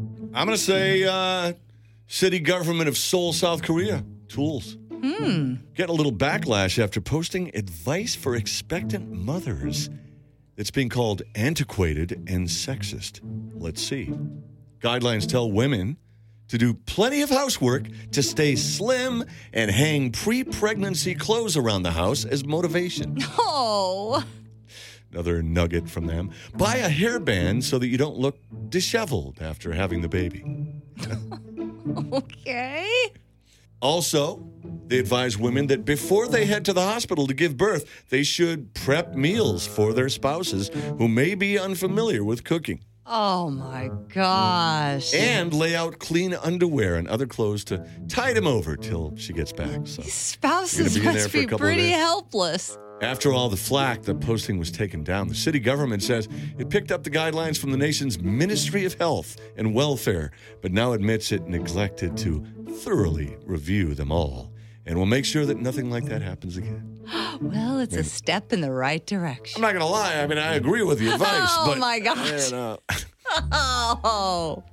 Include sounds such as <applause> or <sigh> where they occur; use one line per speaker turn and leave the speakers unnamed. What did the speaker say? I'm going to say uh, city government of Seoul, South Korea. Tools. Hmm. Get a little backlash after posting advice for expectant mothers that's being called antiquated and sexist. Let's see. Guidelines tell women to do plenty of housework to stay slim and hang pre pregnancy clothes around the house as motivation.
Oh, <laughs>
Another nugget from them. Buy a hairband so that you don't look disheveled after having the baby.
okay.
Also, they advise women that before they head to the hospital to give birth, they should prep meals for their spouses who may be unfamiliar with cooking
Oh my gosh.
and lay out clean underwear and other clothes to tide him over till she gets back. So, You're
These
gonna
spouses
be in there
must
for a
be
couple of
pretty
days.
helpless.
after all the flack, the posting was taken down. The city government says it picked up the guidelines from the nation's Ministry of Health and Welfare, but now admits it neglected to thoroughly review them all and will make sure that nothing like that happens again.
Well, it's a step in the right
I'm
direction.
not gonna lie. I mean, I agree with the advice,
Oh,
but
my gosh.
Man, uh,
Oh.